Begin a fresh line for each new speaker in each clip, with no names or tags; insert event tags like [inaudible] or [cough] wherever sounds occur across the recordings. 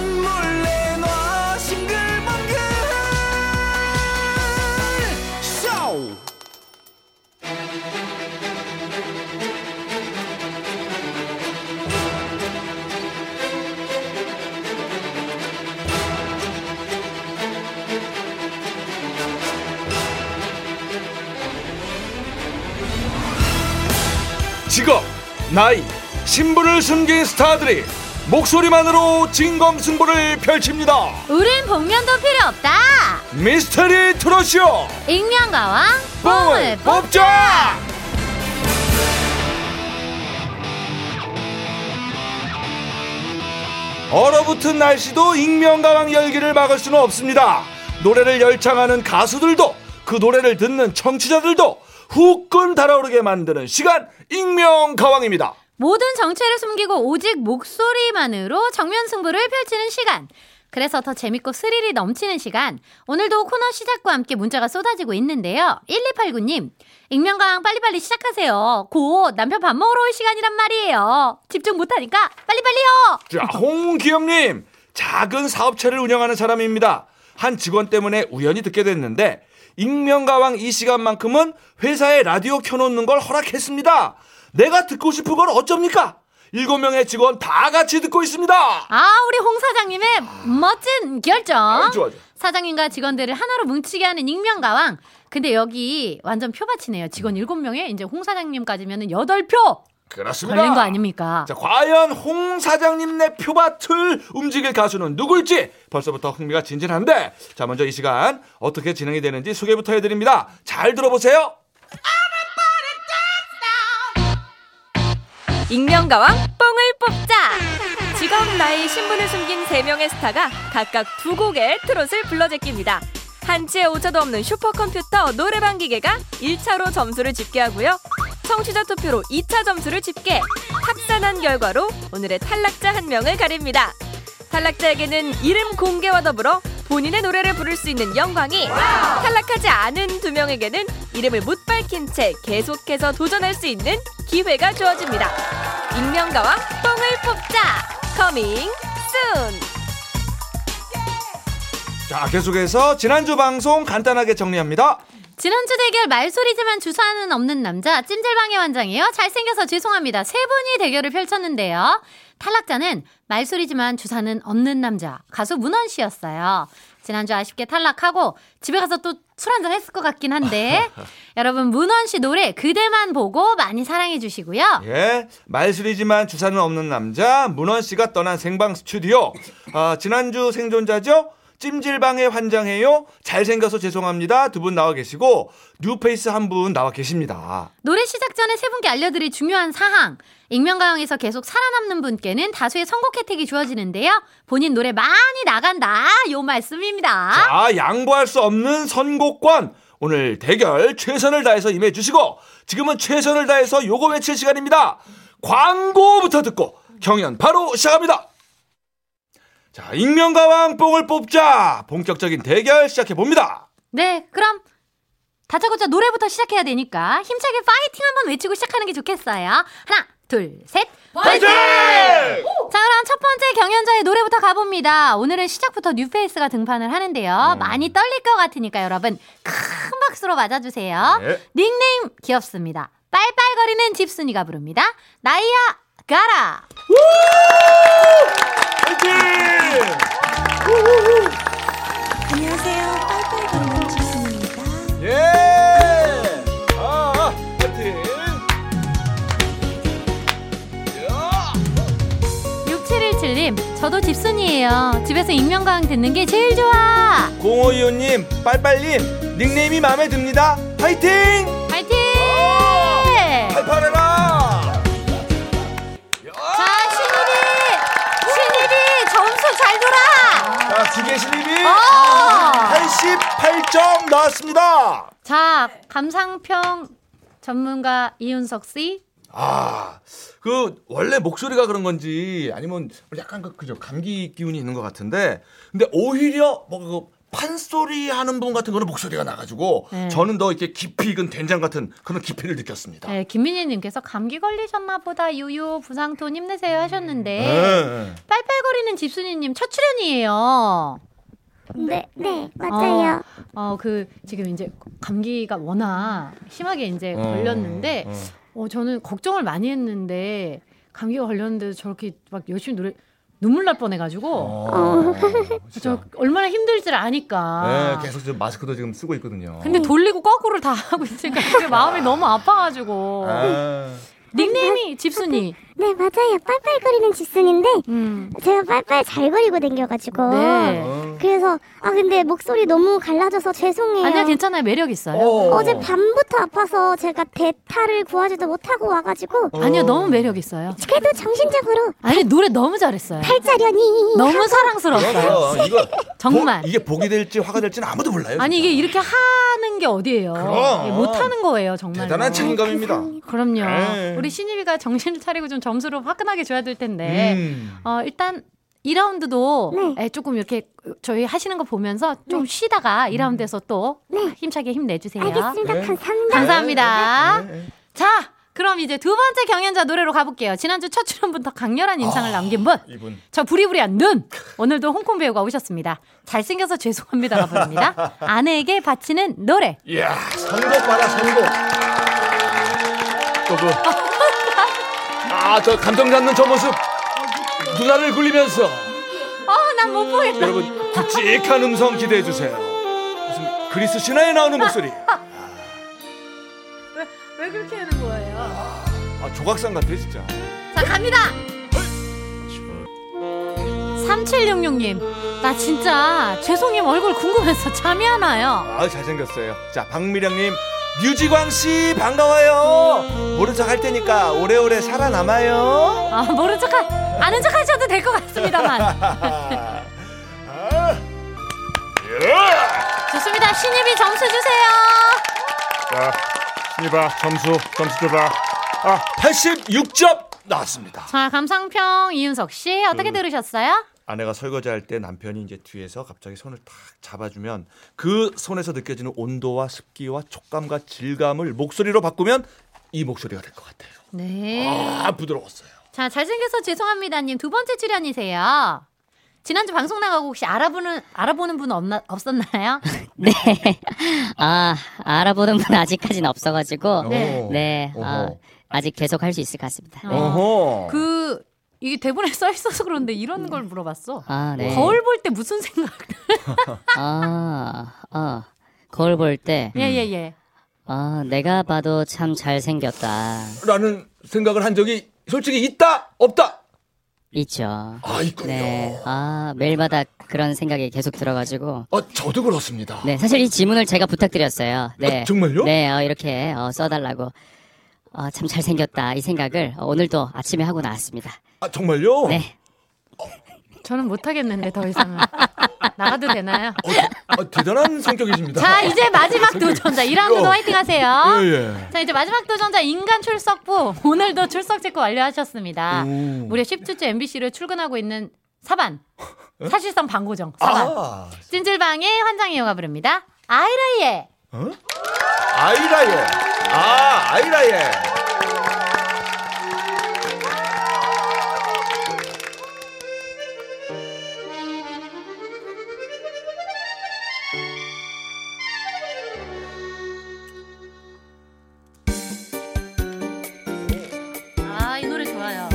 몰래 놔 싱글벙글 쇼
직업, 나이, 신분을 숨긴 스타들이 목소리만으로 진검승부를 펼칩니다.
우린 복면도 필요 없다.
미스터리 트롯쇼
익명가와
뽕을
뽕을
뽑자! 얼어붙은 날씨도 익명가왕 열기를 막을 수는 없습니다. 노래를 열창하는 가수들도 그 노래를 듣는 청취자들도 후끈 달아오르게 만드는 시간 익명가왕입니다.
모든 정체를 숨기고 오직 목소리만으로 정면 승부를 펼치는 시간. 그래서 더 재밌고 스릴이 넘치는 시간. 오늘도 코너 시작과 함께 문자가 쏟아지고 있는데요. 1289님, 익명강 빨리빨리 시작하세요. 곧 남편 밥 먹으러 올 시간이란 말이에요. 집중 못하니까 빨리빨리요!
자, 홍기영님 작은 사업체를 운영하는 사람입니다. 한 직원 때문에 우연히 듣게 됐는데 익명가왕 이 시간만큼은 회사에 라디오 켜놓는 걸 허락했습니다. 내가 듣고 싶은 걸 어쩝니까? 일곱 명의 직원 다 같이 듣고 있습니다.
아, 우리 홍 사장님의 멋진 결정.
아, 좋아, 좋아.
사장님과 직원들을 하나로 뭉치게 하는 익명가왕. 근데 여기 완전 표밭이네요. 직원
음.
7명에 이제 홍 사장님까지면 8표
그렇습니다.
걸린 거 아닙니까?
자, 과연 홍 사장님 내 표밭을 움직일 가수는 누구일지 벌써부터 흥미가 진진한데 자, 먼저 이 시간 어떻게 진행이 되는지 소개부터 해드립니다. 잘 들어보세요.
익명가왕 뽕을 뽑자 직업 나이 신분을 숨긴 세명의 스타가 각각 두 곡의 트롯을 불러제낍니다 한치의 오차도 없는 슈퍼컴퓨터 노래방 기계가 1차로 점수를 집계하고요 청취자 투표로 2차 점수를 집계 합산한 결과로 오늘의 탈락자 한 명을 가립니다 탈락자에게는 이름 공개와 더불어 본인의 노래를 부를 수 있는 영광이 탈락하지 않은 두 명에게는 이름을 못 밝힌 채 계속해서 도전할 수 있는 기회가 주어집니다. 익명가와 뽕을 뽑자 커밍 순
자, 계속해서 지난주 방송 간단하게 정리합니다.
지난주 대결 말소리지만 주사는 없는 남자 찜질방의 완장이에요. 잘생겨서 죄송합니다. 세 분이 대결을 펼쳤는데요. 탈락자는 말소리지만 주사는 없는 남자 가수 문원 씨였어요. 지난주 아쉽게 탈락하고 집에 가서 또 술 한잔 했을 것 같긴 한데 여러분 문원 씨 노래 그대만 보고 많이 사랑해 주시고요.
예. 말술이지만 주사는 없는 남자, 문원 씨가 떠난 생방 스튜디오. 아, 지난주 생존자죠? 찜질방에 환장해요. 잘생겨서 죄송합니다. 두 분 나와 계시고, 뉴페이스 한 분 나와 계십니다.
노래 시작 전에 세 분께 알려드릴 중요한 사항. 익명가왕에서 계속 살아남는 분께는 다수의 선곡 혜택이 주어지는데요. 본인 노래 많이 나간다. 요 말씀입니다.
자, 양보할 수 없는 선곡권. 오늘 대결 최선을 다해서 임해 주시고, 지금은 최선을 다해서 요거 외칠 시간입니다. 광고부터 듣고, 경연 바로 시작합니다. 자, 익명가왕 뽕을 뽑자. 본격적인 대결 시작해 봅니다.
네, 그럼 다짜고짜 노래부터 시작해야 되니까 힘차게 파이팅 한번 외치고 시작하는 게 좋겠어요. 하나, 둘, 셋. 파이팅! 자, 그럼 첫 번째 경연자의 노래부터 가봅니다. 오늘은 시작부터 뉴페이스가 등판을 하는데요. 많이 떨릴 것 같으니까 여러분 큰 박수로 맞아주세요.
네.
닉네임 귀엽습니다. 빨빨거리는 집순이가 부릅니다. 나이야 가라.
안녕하세요. 빨빨거리는 지수입니다.
예! 아, 파이팅! 야!
6717님, 저도 집순이에요. 집에서 익명가왕 듣는 게 제일 좋아.
0525님, 빨빨님, 닉네임이 마음에 듭니다. 파이팅!
파이팅!
팔팔해라!
자, 신일이! 신일이! 점수 잘 돌아!
자, 기계 실립이
어!
88점 나왔습니다.
자, 감상평 전문가 이윤석 씨.
아, 그 원래 목소리가 그런 건지 아니면 약간 그 그죠 감기 기운이 있는 것 같은데, 근데 오히려 뭐그 판소리 하는 분 같은 거는 목소리가 나가지고
네.
저는 더 이렇게 깊이 익은 된장 같은 그런 깊이를 느꼈습니다.
네, 김민희님께서 감기 걸리셨나 보다 유유 부상톤 힘내세요 하셨는데
예.
빨빨거리는 집순이님 첫 출연이에요.
네, 네, 맞아요.
어 그 지금 이제 감기가 워낙 심하게 이제
어,
걸렸는데
어.
어 저는 걱정을 많이 했는데 감기가 걸렸는데 저렇게 막 열심히 노래 눈물 날 뻔해가지고
어, 진짜.
저 얼마나 힘들지를
네, 뭐.
아니까.
계속 지금 마스크도 지금 쓰고 있거든요.
근데 돌리고 거꾸로 다 하고 있으니까 그게 마음이 너무 아파가지고
아,
닉네임이 집순이.
네, 맞아요. 빨빨거리는 집순인데
음.
제가 빨빨 잘 거리고 댕겨가지고
네.
어.
그래서 아 근데 목소리 너무 갈라져서 죄송해요.
아니야 괜찮아요 매력 있어요.
어.
어제 밤부터 아파서 제가 대타를 구하지도 못하고 와가지고
어.
아니요 너무 매력 있어요.
그래도 정신적으로
아니 노래 너무 잘했어요.
팔자련이
너무 사랑스러웠어요.
그렇죠. 이거, 이거
정말.
보- 이게 복이 될지 화가 될지는 아무도 몰라요.
아니 이게
진짜.
이렇게 하는 게 어디예요?
그럼.
예, 못하는 거예요 정말.
대단한 네. 책임감입니다.
그럼요.
에이.
우리 신입이가 정신을 차리고 좀 점수로 화끈하게 줘야 될 텐데.
음.
어 일단 2라운드도 예,
네.
조금 이렇게 저희 하시는 거 보면서 좀 쉬다가
음.
2라운드에서 또 힘차게 힘내주세요.
네. 알겠습니다.
네.
감사합니다.
감사합니다.
네, 네.
자, 그럼 이제 두 번째 경연자 노래로 가볼게요. 지난주 첫 출연부터 강렬한
아,
인상을 남긴 분.
이분.
저 부리부리한 눈. 오늘도 홍콩 배우가 오셨습니다. 잘생겨서
[laughs]
죄송합니다가 부릅니다. 아내에게 바치는 노래.
이야, 선곡 받아, 선곡. 또
[laughs]
그. 아, 저 감정 잡는 저 모습. 누나를 굴리면서.
아, 난 못 보겠다.
여러분, 굵직한 음성 기대해주세요. 무슨 그리스 신화에 나오는
[laughs]
목소리.
왜 그렇게 하는 거예요?
아, 조각상 같아, 진짜.
자, 갑니다. 3766님, 나 진짜 죄송님 얼굴 궁금해서 잠이 안 와요.
아 잘생겼어요. 자 박미령님 류지광 씨 반가워요. 모른 척 할 테니까 오래오래 살아남아요.
아, 모른 척, 하, 아는 척 하셔도 될 것 같습니다만.
[laughs]
좋습니다. 신입이 점수 주세요.
자, 신이봐 점수 점수 줘봐. 아.
86점 나왔습니다.
자, 감상평 이윤석 씨
음.
어떻게 들으셨어요?
아내가 설거지할 때 남편이 이제 뒤에서 갑자기 손을 탁 잡아주면 그 손에서 느껴지는 온도와 습기와 촉감과 질감을 목소리로 바꾸면 이 목소리가 될 것 같아요.
네.
아 부드러웠어요.
자, 잘생겨서 죄송합니다님 두 번째 출연이세요. 지난주 방송 나가고 혹시 알아보는 알아보는 분 없나 없었나요?
네. 아, 알아보는 분 아직까지는 없어가지고.
네.
네. 아,
어허.
아직 계속 할 수 있을 것 같습니다.
[laughs]
네.
어허.
그 이게 대본에 [laughs] 써 있어서 그런데 이런 걸 물어봤어.
아, 네.
거울 볼 때 무슨
[laughs]
생각?
음.
아, 어. 거울 볼 때,
예예 예.
아, 내가 봐도 참 잘생겼다.
라는 생각을 한 적이 솔직히 있다 없다.
있죠.
아 있군요.
네. 아, 매일마다 그런 생각이 계속 들어가지고.
아 저도 그렇습니다.
네, 사실 이 질문을 제가 부탁드렸어요. 네.
아, 정말요?
네, 어, 이렇게 어, 써달라고. 어, 참 잘생겼다. 이 생각을 어, 오늘도 아침에 하고 나왔습니다.
아 정말요?
네.
저는 못 하겠는데 더 [laughs] 이상은 나가도 되나요?
어, 아, 대단한 성격이십니다.
자, 이제 마지막 도전자 2라운드도 화이팅 하세요.
예, 예.
자 이제 마지막 도전자 인간 출석부 오늘도 출석 체크 완료하셨습니다. 무려 10주째 MBC를 출근하고 있는 사반 사실상 방고정 사반
아,
찜질방의 환장이어가 부릅니다. 아이라이의
아이라예. 아, 아이라예.
아이 노래 좋아요.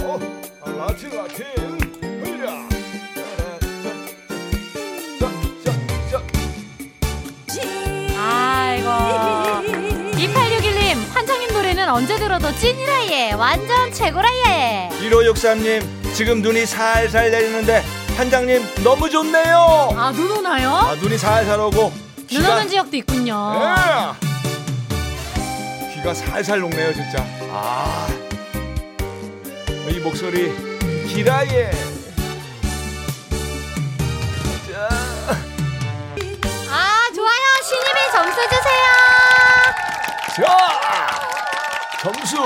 어, 라틴 라틴. 으야. 자, 자, 자.
아이고 2861님 환장님 노래는 언제 들어도 찐이라예 완전 최고라예.
1563님, 지금 눈이 살살 내리는데 한장님 너무 좋네요.
아 눈 오나요?
아, 눈이 살살 오고
눈
귀가
오는 지역도 있군요.
예. 귀가 살살 녹네요 진짜 아. 이 목소리 기라예
아 좋아요 신입이 점수 주세요.
자 점수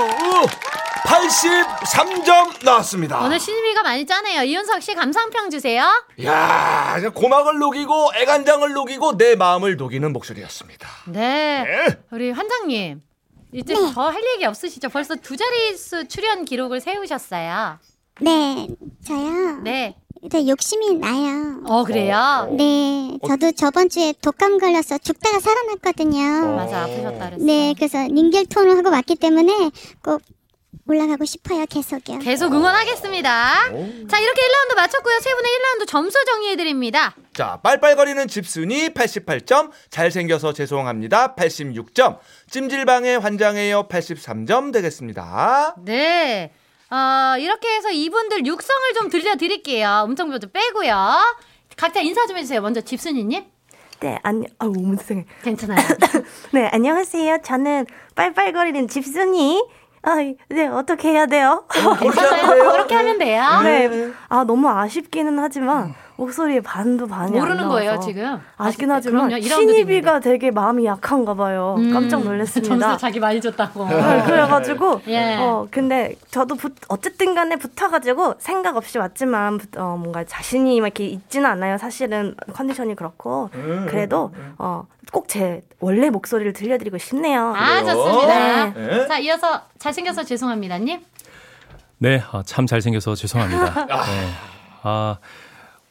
8 83점 나왔습니다.
오늘 신미가 많이 짜네요. 이윤석 씨 감상평 주세요.
야, 그냥 고막을 녹이고 애간장을 녹이고 내 마음을 녹이는 목소리였습니다.
네.
예.
우리 환장님. 이제 더 할 얘기 없으시죠? 벌써 두 자릿수 출연 기록을 세우셨어요.
네, 저요.
네.
저 욕심이 나요.
어, 그래요?
네,
어.
저도 저번 주에 독감 걸려서 죽다가 살아났거든요.
맞아, 아프셨다 그랬어.
네, 그래서 링겔톤을 하고 왔기 때문에 꼭 올라가고 싶어요, 계속요.
계속 응원하겠습니다. 자, 이렇게 1라운드 마쳤고요. 세 분의 1라운드 점수 정리해드립니다.
자, 빨빨거리는 집순이 88점, 잘생겨서 죄송합니다 86점, 찜질방에 환장해요 83점 되겠습니다.
네. 어, 이렇게 해서 이분들 육성을 좀 들려드릴게요. 음성표 좀 빼고요. 각자 인사 좀 해주세요. 먼저 집순이님.
네, 안, 아우, 어머, 세상에.
괜찮아요.
[laughs] 네, 안녕하세요. 저는 빨빨거리는 집순이. 아, 네, 어떻게 해야 돼요?
괜찮아요. 그렇게 하면 돼요.
[laughs] 네. 아, 너무 아쉽기는 하지만 목소리에 반도 반이 안
음. 모르는 거예요,
나와서.
지금.
아쉽긴
아쉽-
하지만
그럼요, 이라운드
신입이가 되게 마음이 약한가 봐요.
음. 아,
깜짝 놀랐습니다.
점수 자기 많이 줬다고.
네, 그래가지고
[laughs] 예.
어 근데 저도 부- 어쨌든 간에 붙어가지고 생각 없이 왔지만 부- 어, 뭔가 자신이 막 이렇게 있지는 않아요 사실은 컨디션이 그렇고 그래도 어 꼭 제 원래 목소리를 들려드리고 싶네요
아,
그래요?
좋습니다.
네.
자, 이어서 잘생겨서 죄송합니다님.
네, 아, 참 잘생겨서 [laughs] 죄송합니다. 네. 아,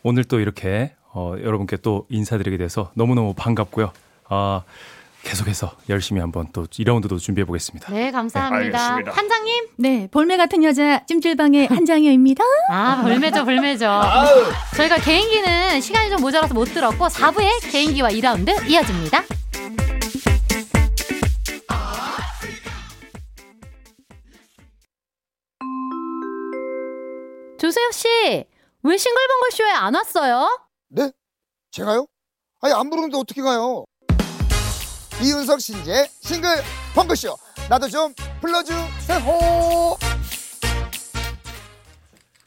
오늘 또 이렇게 어, 여러분께 또 인사드리게 돼서 너무너무 반갑고요. 아, 계속해서 열심히 한번 또 2라운드도 준비해 보겠습니다.
네,
네,
감사합니다.
알겠습니다.
한장님.
네, 볼매 같은 여자 찜질방의 한장여입니다.
아, 벌매죠, 벌매죠. 저희가 개인기는 시간이 좀 모자라서 못 들었고, 4부에 개인기와 2라운드 이어집니다. 조세혁 씨, 왜 싱글벙글 쇼에 안 왔어요?
제가요? 아니 안 부르는데 어떻게 가요? 이윤석 신재 싱글 펑크쇼 나도 좀 불러주세요.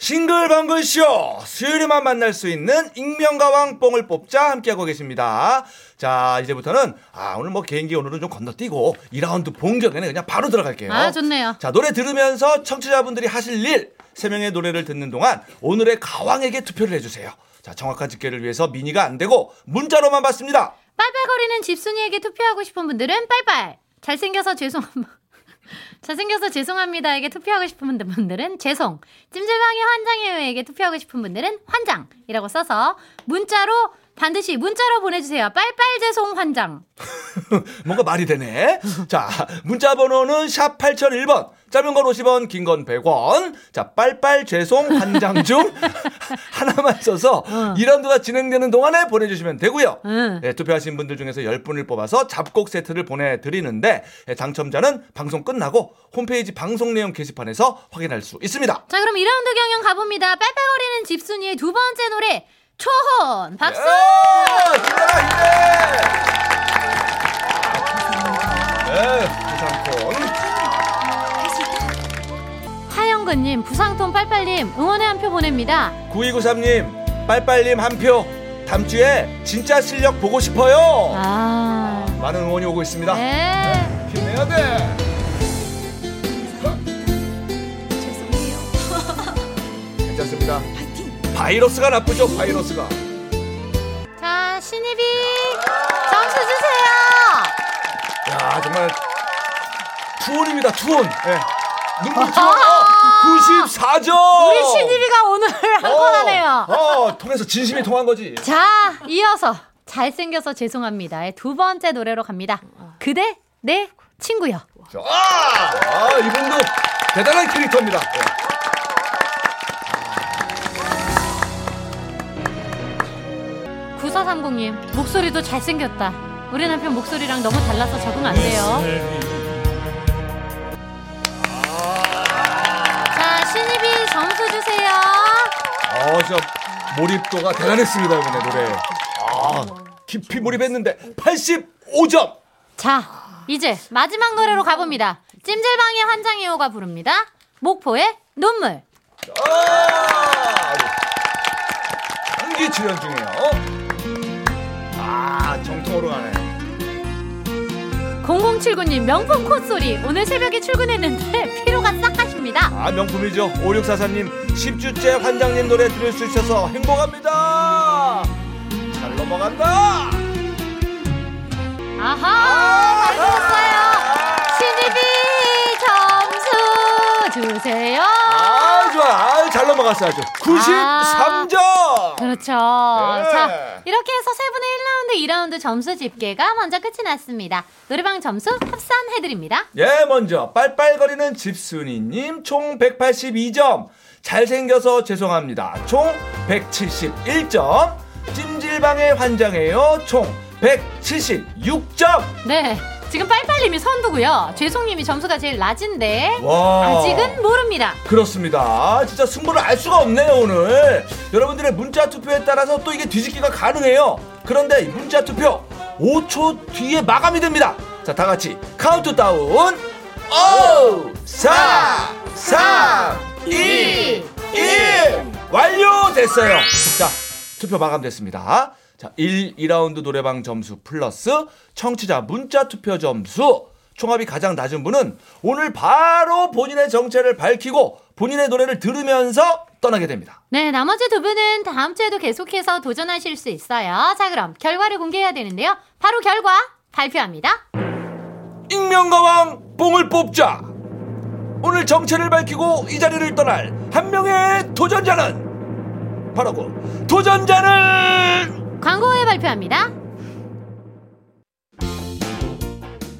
싱글벙글쇼 수요일에만 만날 수 있는 익명가왕 뽕을 뽑자 함께하고 계십니다. 자 이제부터는 아 오늘 뭐 개인기 오늘은 좀 건너뛰고 2라운드 본격에는 그냥 바로 들어갈게요.
아, 좋네요.
자 노래 들으면서 청취자분들이 하실 일 세명의 노래를 듣는 동안 오늘의 가왕에게 투표를 해주세요. 자 정확한 집계를 위해서 미니가 안 되고 문자로만 받습니다.
빨빨거리는 집순이에게 투표하고 싶은 분들은 빨빨. 잘생겨서 죄송. [laughs] 잘생겨서 죄송합니다에게 투표하고 싶은 분들- 분들은 죄송. 찜질방의 환장예외에게 투표하고 싶은 분들은 환장이라고 써서 문자로 반드시 문자로 보내주세요. 빨빨 죄송 환장.
뭔가 그 말이 되네. 자, 문자 번호는 샵 8001번. 짧은 건 50원, 긴 건 100원. 자, 빨빨 죄송 한장 중 [laughs] 하나만 써서 2라운드가 진행되는 동안에 보내주시면 되고요.
응.
예, 투표하신 분들 중에서 10분을 뽑아서 잡곡 세트를 보내드리는데 예, 당첨자는 방송 끝나고 홈페이지 방송 내용 게시판에서 확인할 수 있습니다.
자, 그럼 2라운드 경연 가봅니다. 빨빨거리는 집순이의 두 번째 노래 초혼. 박수.
예! 힘내라, 힘내! 네, 부상권.
하영근님, 부상통 빨빨님 응원의 한 표 보냅니다.
9293님, 빨빨님 한 표. 다음 주에 진짜 실력 보고 싶어요.
아.
많은 응원이 오고 있습니다.
네.
힘내야 돼. 괜찮습니다. 바이러스가 나쁘죠, 바이러스가.
자, 신입이 점수 주세요.
야, 아, 정말 투혼입니다, 투혼. 예.
[laughs]
눈물 어, 투혼.
아하.
94점.
우리 신입이가 오늘 [laughs] 한건하네요
어, 통해서 진심이 통한 거지.
자, 이어서 잘생겨서 죄송합니다의 두 번째 노래로 갑니다. 그대 내 친구요.
아, 아, 이분도 대단한 캐릭터입니다. 예.
구사삼공님 목소리도 잘생겼다. 우리 남편 목소리랑 너무 달라서 적응 안 돼요. 자, 신입이 점수 주세요.
어, 진짜 몰입도가 대단했습니다 이번에 노래. 아, 깊이 몰입했는데 85점.
자, 이제 마지막 노래로 가봅니다. 찜질방의 환장이호가 부릅니다. 목포의 눈물.
아, 장기 출연 중이에요. 아, 정통으로 가네.
0079님 명품 콧소리 오늘 새벽에 출근했는데 [laughs] 피로가 싹 가십니다.
아 명품이죠 5644님 10주째 환장님 노래 들을 수 있어서 행복합니다 잘 넘어간다
아하 잘 들었어요. 신입이 점수 주세요.
아 좋아 아, 잘 넘어갔어요 아주 93점
아, 그렇죠. 자, 이렇게 해서 세 분의 1라운드, 2라운드 점수 집계가 먼저 끝이 났습니다. 노래방 점수 합산해드립니다.
예, 먼저 빨빨거리는 집순이님 총 182점. 잘생겨서 죄송합니다. 총 171점. 찜질방의 환장해요. 총 176점.
네. 지금 빨빨님이 선두고요. 죄송님이 점수가 제일 낮은데
와.
아직은 모릅니다.
그렇습니다. 진짜 승부를 알 수가 없네요, 오늘. 여러분들의 문자 투표에 따라서 또 이게 뒤집기가 가능해요. 그런데 이 문자 투표 5초 뒤에 마감이 됩니다. 자, 다 같이 카운트다운. 5, 4, 3, 2, 1. 예, 완료됐어요. 자, 투표 마감됐습니다. 자, 1, 2라운드 노래방 점수 플러스 청취자 문자 투표 점수 총합이 가장 낮은 분은 오늘 바로 본인의 정체를 밝히고 본인의 노래를 들으면서 떠나게 됩니다.
네, 나머지 두 분은 다음 주에도 계속해서 도전하실 수 있어요. 자, 그럼 결과를 공개해야 되는데요. 바로 결과 발표합니다.
익명가왕 뽕을 뽑자. 오늘 정체를 밝히고 이 자리를 떠날 한 명의 도전자는 바로 그 도전자는
광고 후에 발표합니다.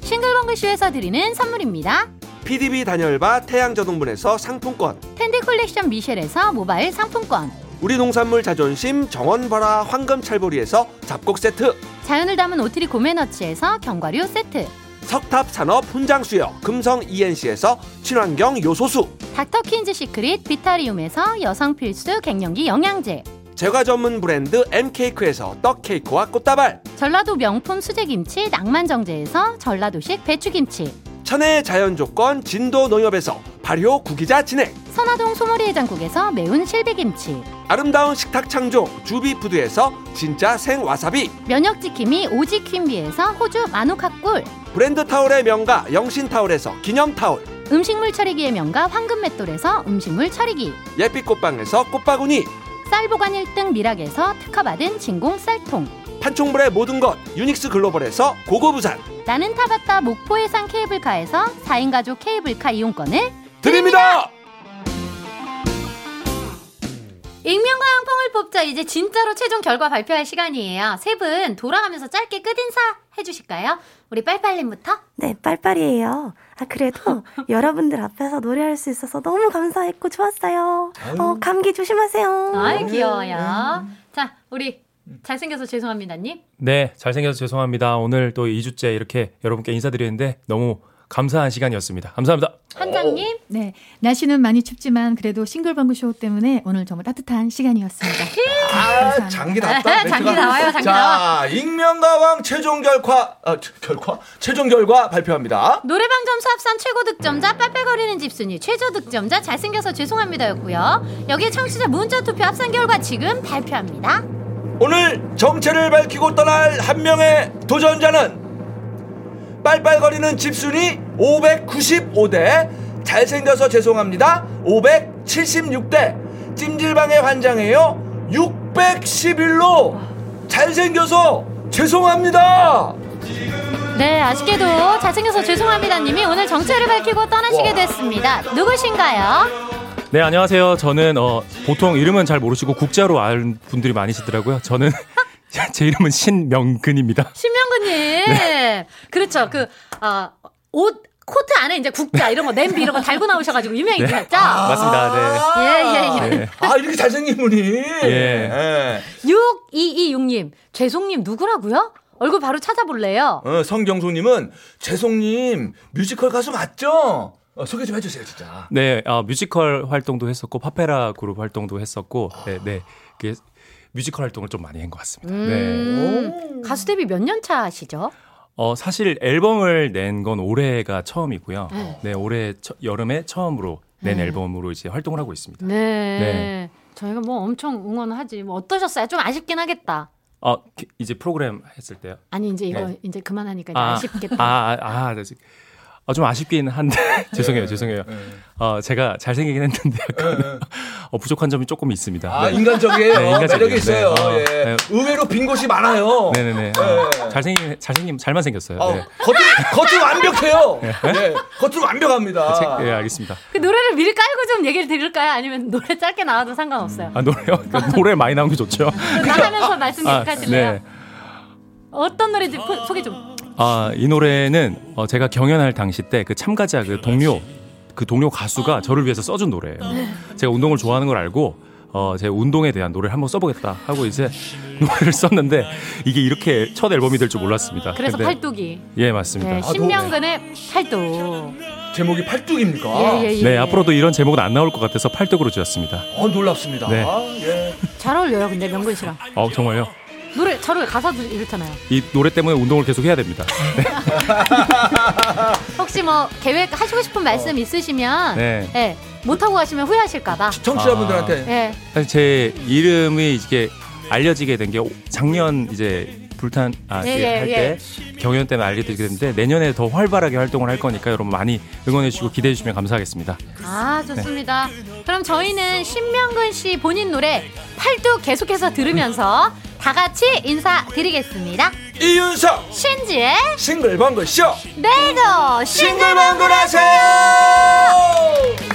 싱글벙글쇼에서 드리는 선물입니다.
PDB 단열바 태양저동분에서 상품권
텐디 컬렉션 미셸에서 모바일 상품권.
우리 농산물 자존심 정원바라 황금찰보리에서 잡곡 세트
자연을 담은 오트리 고메너치에서 견과류 세트.
석탑산업 훈장수여 금성 ENC에서 친환경 요소수
닥터퀸즈 시크릿 비타리움에서 여성 필수 갱년기 영양제.
제과 전문 브랜드 MK크에서 떡케이크와 꽃다발
전라도 명품 수제김치 낭만정제에서 전라도식 배추김치.
천혜의 자연조건 진도 농협에서 발효 구기자 진액
선화동 소머리 해장국에서 매운 실비김치.
아름다운 식탁 창조 주비푸드에서 진짜 생와사비
면역지킴이 오지퀸비에서 호주 마누카꿀.
브랜드 타올의 명가 영신타올에서 기념타올
음식물 처리기의 명가 황금맷돌에서 음식물 처리기.
예빛 꽃방에서 꽃바구니
쌀 보관 1등 미락에서 특허받은 진공 쌀통.
판촉물의 모든 것 유닉스 글로벌에서 고고부산
나는 타봤다 목포해상 케이블카에서 4인 가족 케이블카 이용권을
드립니다.
익명과 양펑을 뽑자 이제 진짜로 최종 결과 발표할 시간이에요. 세 분 돌아가면서 짧게 끝인사 해주실까요? 우리 빨빨님부터.
네, 빨빨이에요. 아,
[laughs]
그래도 여러분들 앞에서 노래할 수 있어서 너무 감사했고 좋았어요. 어, 감기 조심하세요.
아이 귀여워요.
음.
자 우리 잘생겨서 죄송합니다님.
네, 잘생겨서 죄송합니다. 오늘 또 2주째 이렇게 여러분께 인사드리는데 너무 감사한 시간이었습니다. 감사합니다.
한장님.
네, 날씨는 많이 춥지만 그래도 싱글벙글 쇼 때문에 오늘 정말 따뜻한 시간이었습니다.
아, 장기 났다.
[laughs] 장기
멘트가.
나와요, 장기
자,
나와.
익명가왕 최종 결과 아, 최- 결과 최종 결과 발표합니다.
노래방 점수 합산 최고 득점자 빨빨거리는 집순이 최저 득점자 잘생겨서 죄송합니다였고요. 여기에 청취자 문자 투표 합산 결과 지금 발표합니다.
오늘 정체를 밝히고 떠날 한 명의 도전자는 빨빨거리는 집순이 595대 잘생겨서 죄송합니다 576대 찜질방의 환장해요 611로 잘생겨서 죄송합니다
네, 아쉽게도 잘생겨서 죄송합니다님이 오늘 정체를 밝히고 떠나시게 됐습니다. 누구신가요?
네, 안녕하세요. 저는 어, 보통 이름은 잘 모르시고 국자로 아는 분들이 많으시더라고요. 저는 [laughs] 제 이름은 신명근입니다.
신명근님.
네.
[laughs] 그렇죠. 그, 어, 옷, 코트 안에 이제 국자 이런 거, 냄비 이런 거 달고 나오셔가지고 유명해지셨죠?
네. 아, 맞습니다.
예, 예, 예.
네.
아 이렇게 잘생긴 분이
예.
6226님, 죄송님 누구라고요? 얼굴 바로 찾아볼래요?
어, 성경수님은 죄송님 뮤지컬 가수 맞죠? 어, 소개 좀 해주세요 진짜
네, 아, 뮤지컬 활동도 했었고 파페라 그룹 활동도 했었고, 네, 네, 그 뮤지컬 활동을 좀 많이 한 것
어,
같습니다. 네.
음, 가수 데뷔 몇 년 차시죠?
어, 사실 앨범을 낸 건 올해가 처음이고요.
네.
네, 올해 처- 여름에 처음으로 낸
네.
앨범으로 이제 활동을 하고 있습니다.
네.
네.
저희가 뭐 엄청 응원하지. 뭐 어떠셨어요? 좀 아쉽긴 하겠다.
아, 기- 이제 프로그램 했을 때요.
아니 이제 이거
네.
이제 그만하니까 이제
아,
아쉽겠다.
아, 아, 아, 네. 아, 좀 아쉽긴 한데
네.
[laughs] 죄송해요, 죄송해요.
네.
어, 제가 잘생기긴 했는데 약간 [laughs] 어, 부족한 점이 조금 있습니다.
아, 인간적이에요. 매력이 있어요. 예.
네.
의외로 빈 곳이 많아요.
네네네. 어, 잘생긴 잘생김 잘만 생겼어요.
어,
네.
겉은, 겉은 완벽해요.
네?
예, 겉은 완벽합니다.
책- 예, 알겠습니다.
그 노래를 미리 깔고 좀 얘기를 드릴까요? 아니면 노래 짧게 나와도 상관없어요.
아, 노래요? [laughs] 노래 많이 나온 게
[laughs]
좋죠.
나 하면서 말씀
아,
기억하실래요?
네.
어떤 노래인지 포- 소개 좀.
아, 이 노래는 어, 제가 경연할 당시 때 그 참가자 그 동료 그 동료
어.
가수가 저를 위해서 써준 노래예요.
네.
제가 운동을 좋아하는 걸 알고 어, 제 운동에 대한 노래를 한번 써보겠다 하고 이제 [laughs] 노래를 썼는데 이게 이렇게 첫 앨범이 될 줄 몰랐습니다.
그래서
근데-
팔뚝이.
예 맞습니다.
네, 신명근의 팔뚝.
제목이 팔뚝입니까?
예, 예, 예.
네 앞으로도 이런 제목은 안 나올 것 같아서 팔뚝으로 지었습니다.
어, 놀랍습니다.
네.
예.
잘 어울려요, 근데 명근 씨랑.
어 정말요?
노래 저를 가사도 이렇잖아요.
이 노래 때문에 운동을 계속 해야 됩니다.
혹시 뭐 계획 하시고 싶은 말씀 있으시면
네.
예, 못 하고 가시면 후회하실까봐.
청취자분들한테.
예.
사실 제 이름이 이게 알려지게 된 게 작년 이제 불탄 아,
예,
이제
예,
할
예.
때 경연 때문에 알려드리게 됐는데 내년에 더 활발하게 활동을 할 거니까 여러분 많이 응원해 주시고 기대해 주시면 감사하겠습니다.
아 좋습니다. 그럼 저희는 신명근 씨 본인 노래 팔뚝 계속해서 들으면서 다 같이 인사드리겠습니다.
이윤석
신지의
싱글벙글 쇼
레고
싱글벙글 하세요.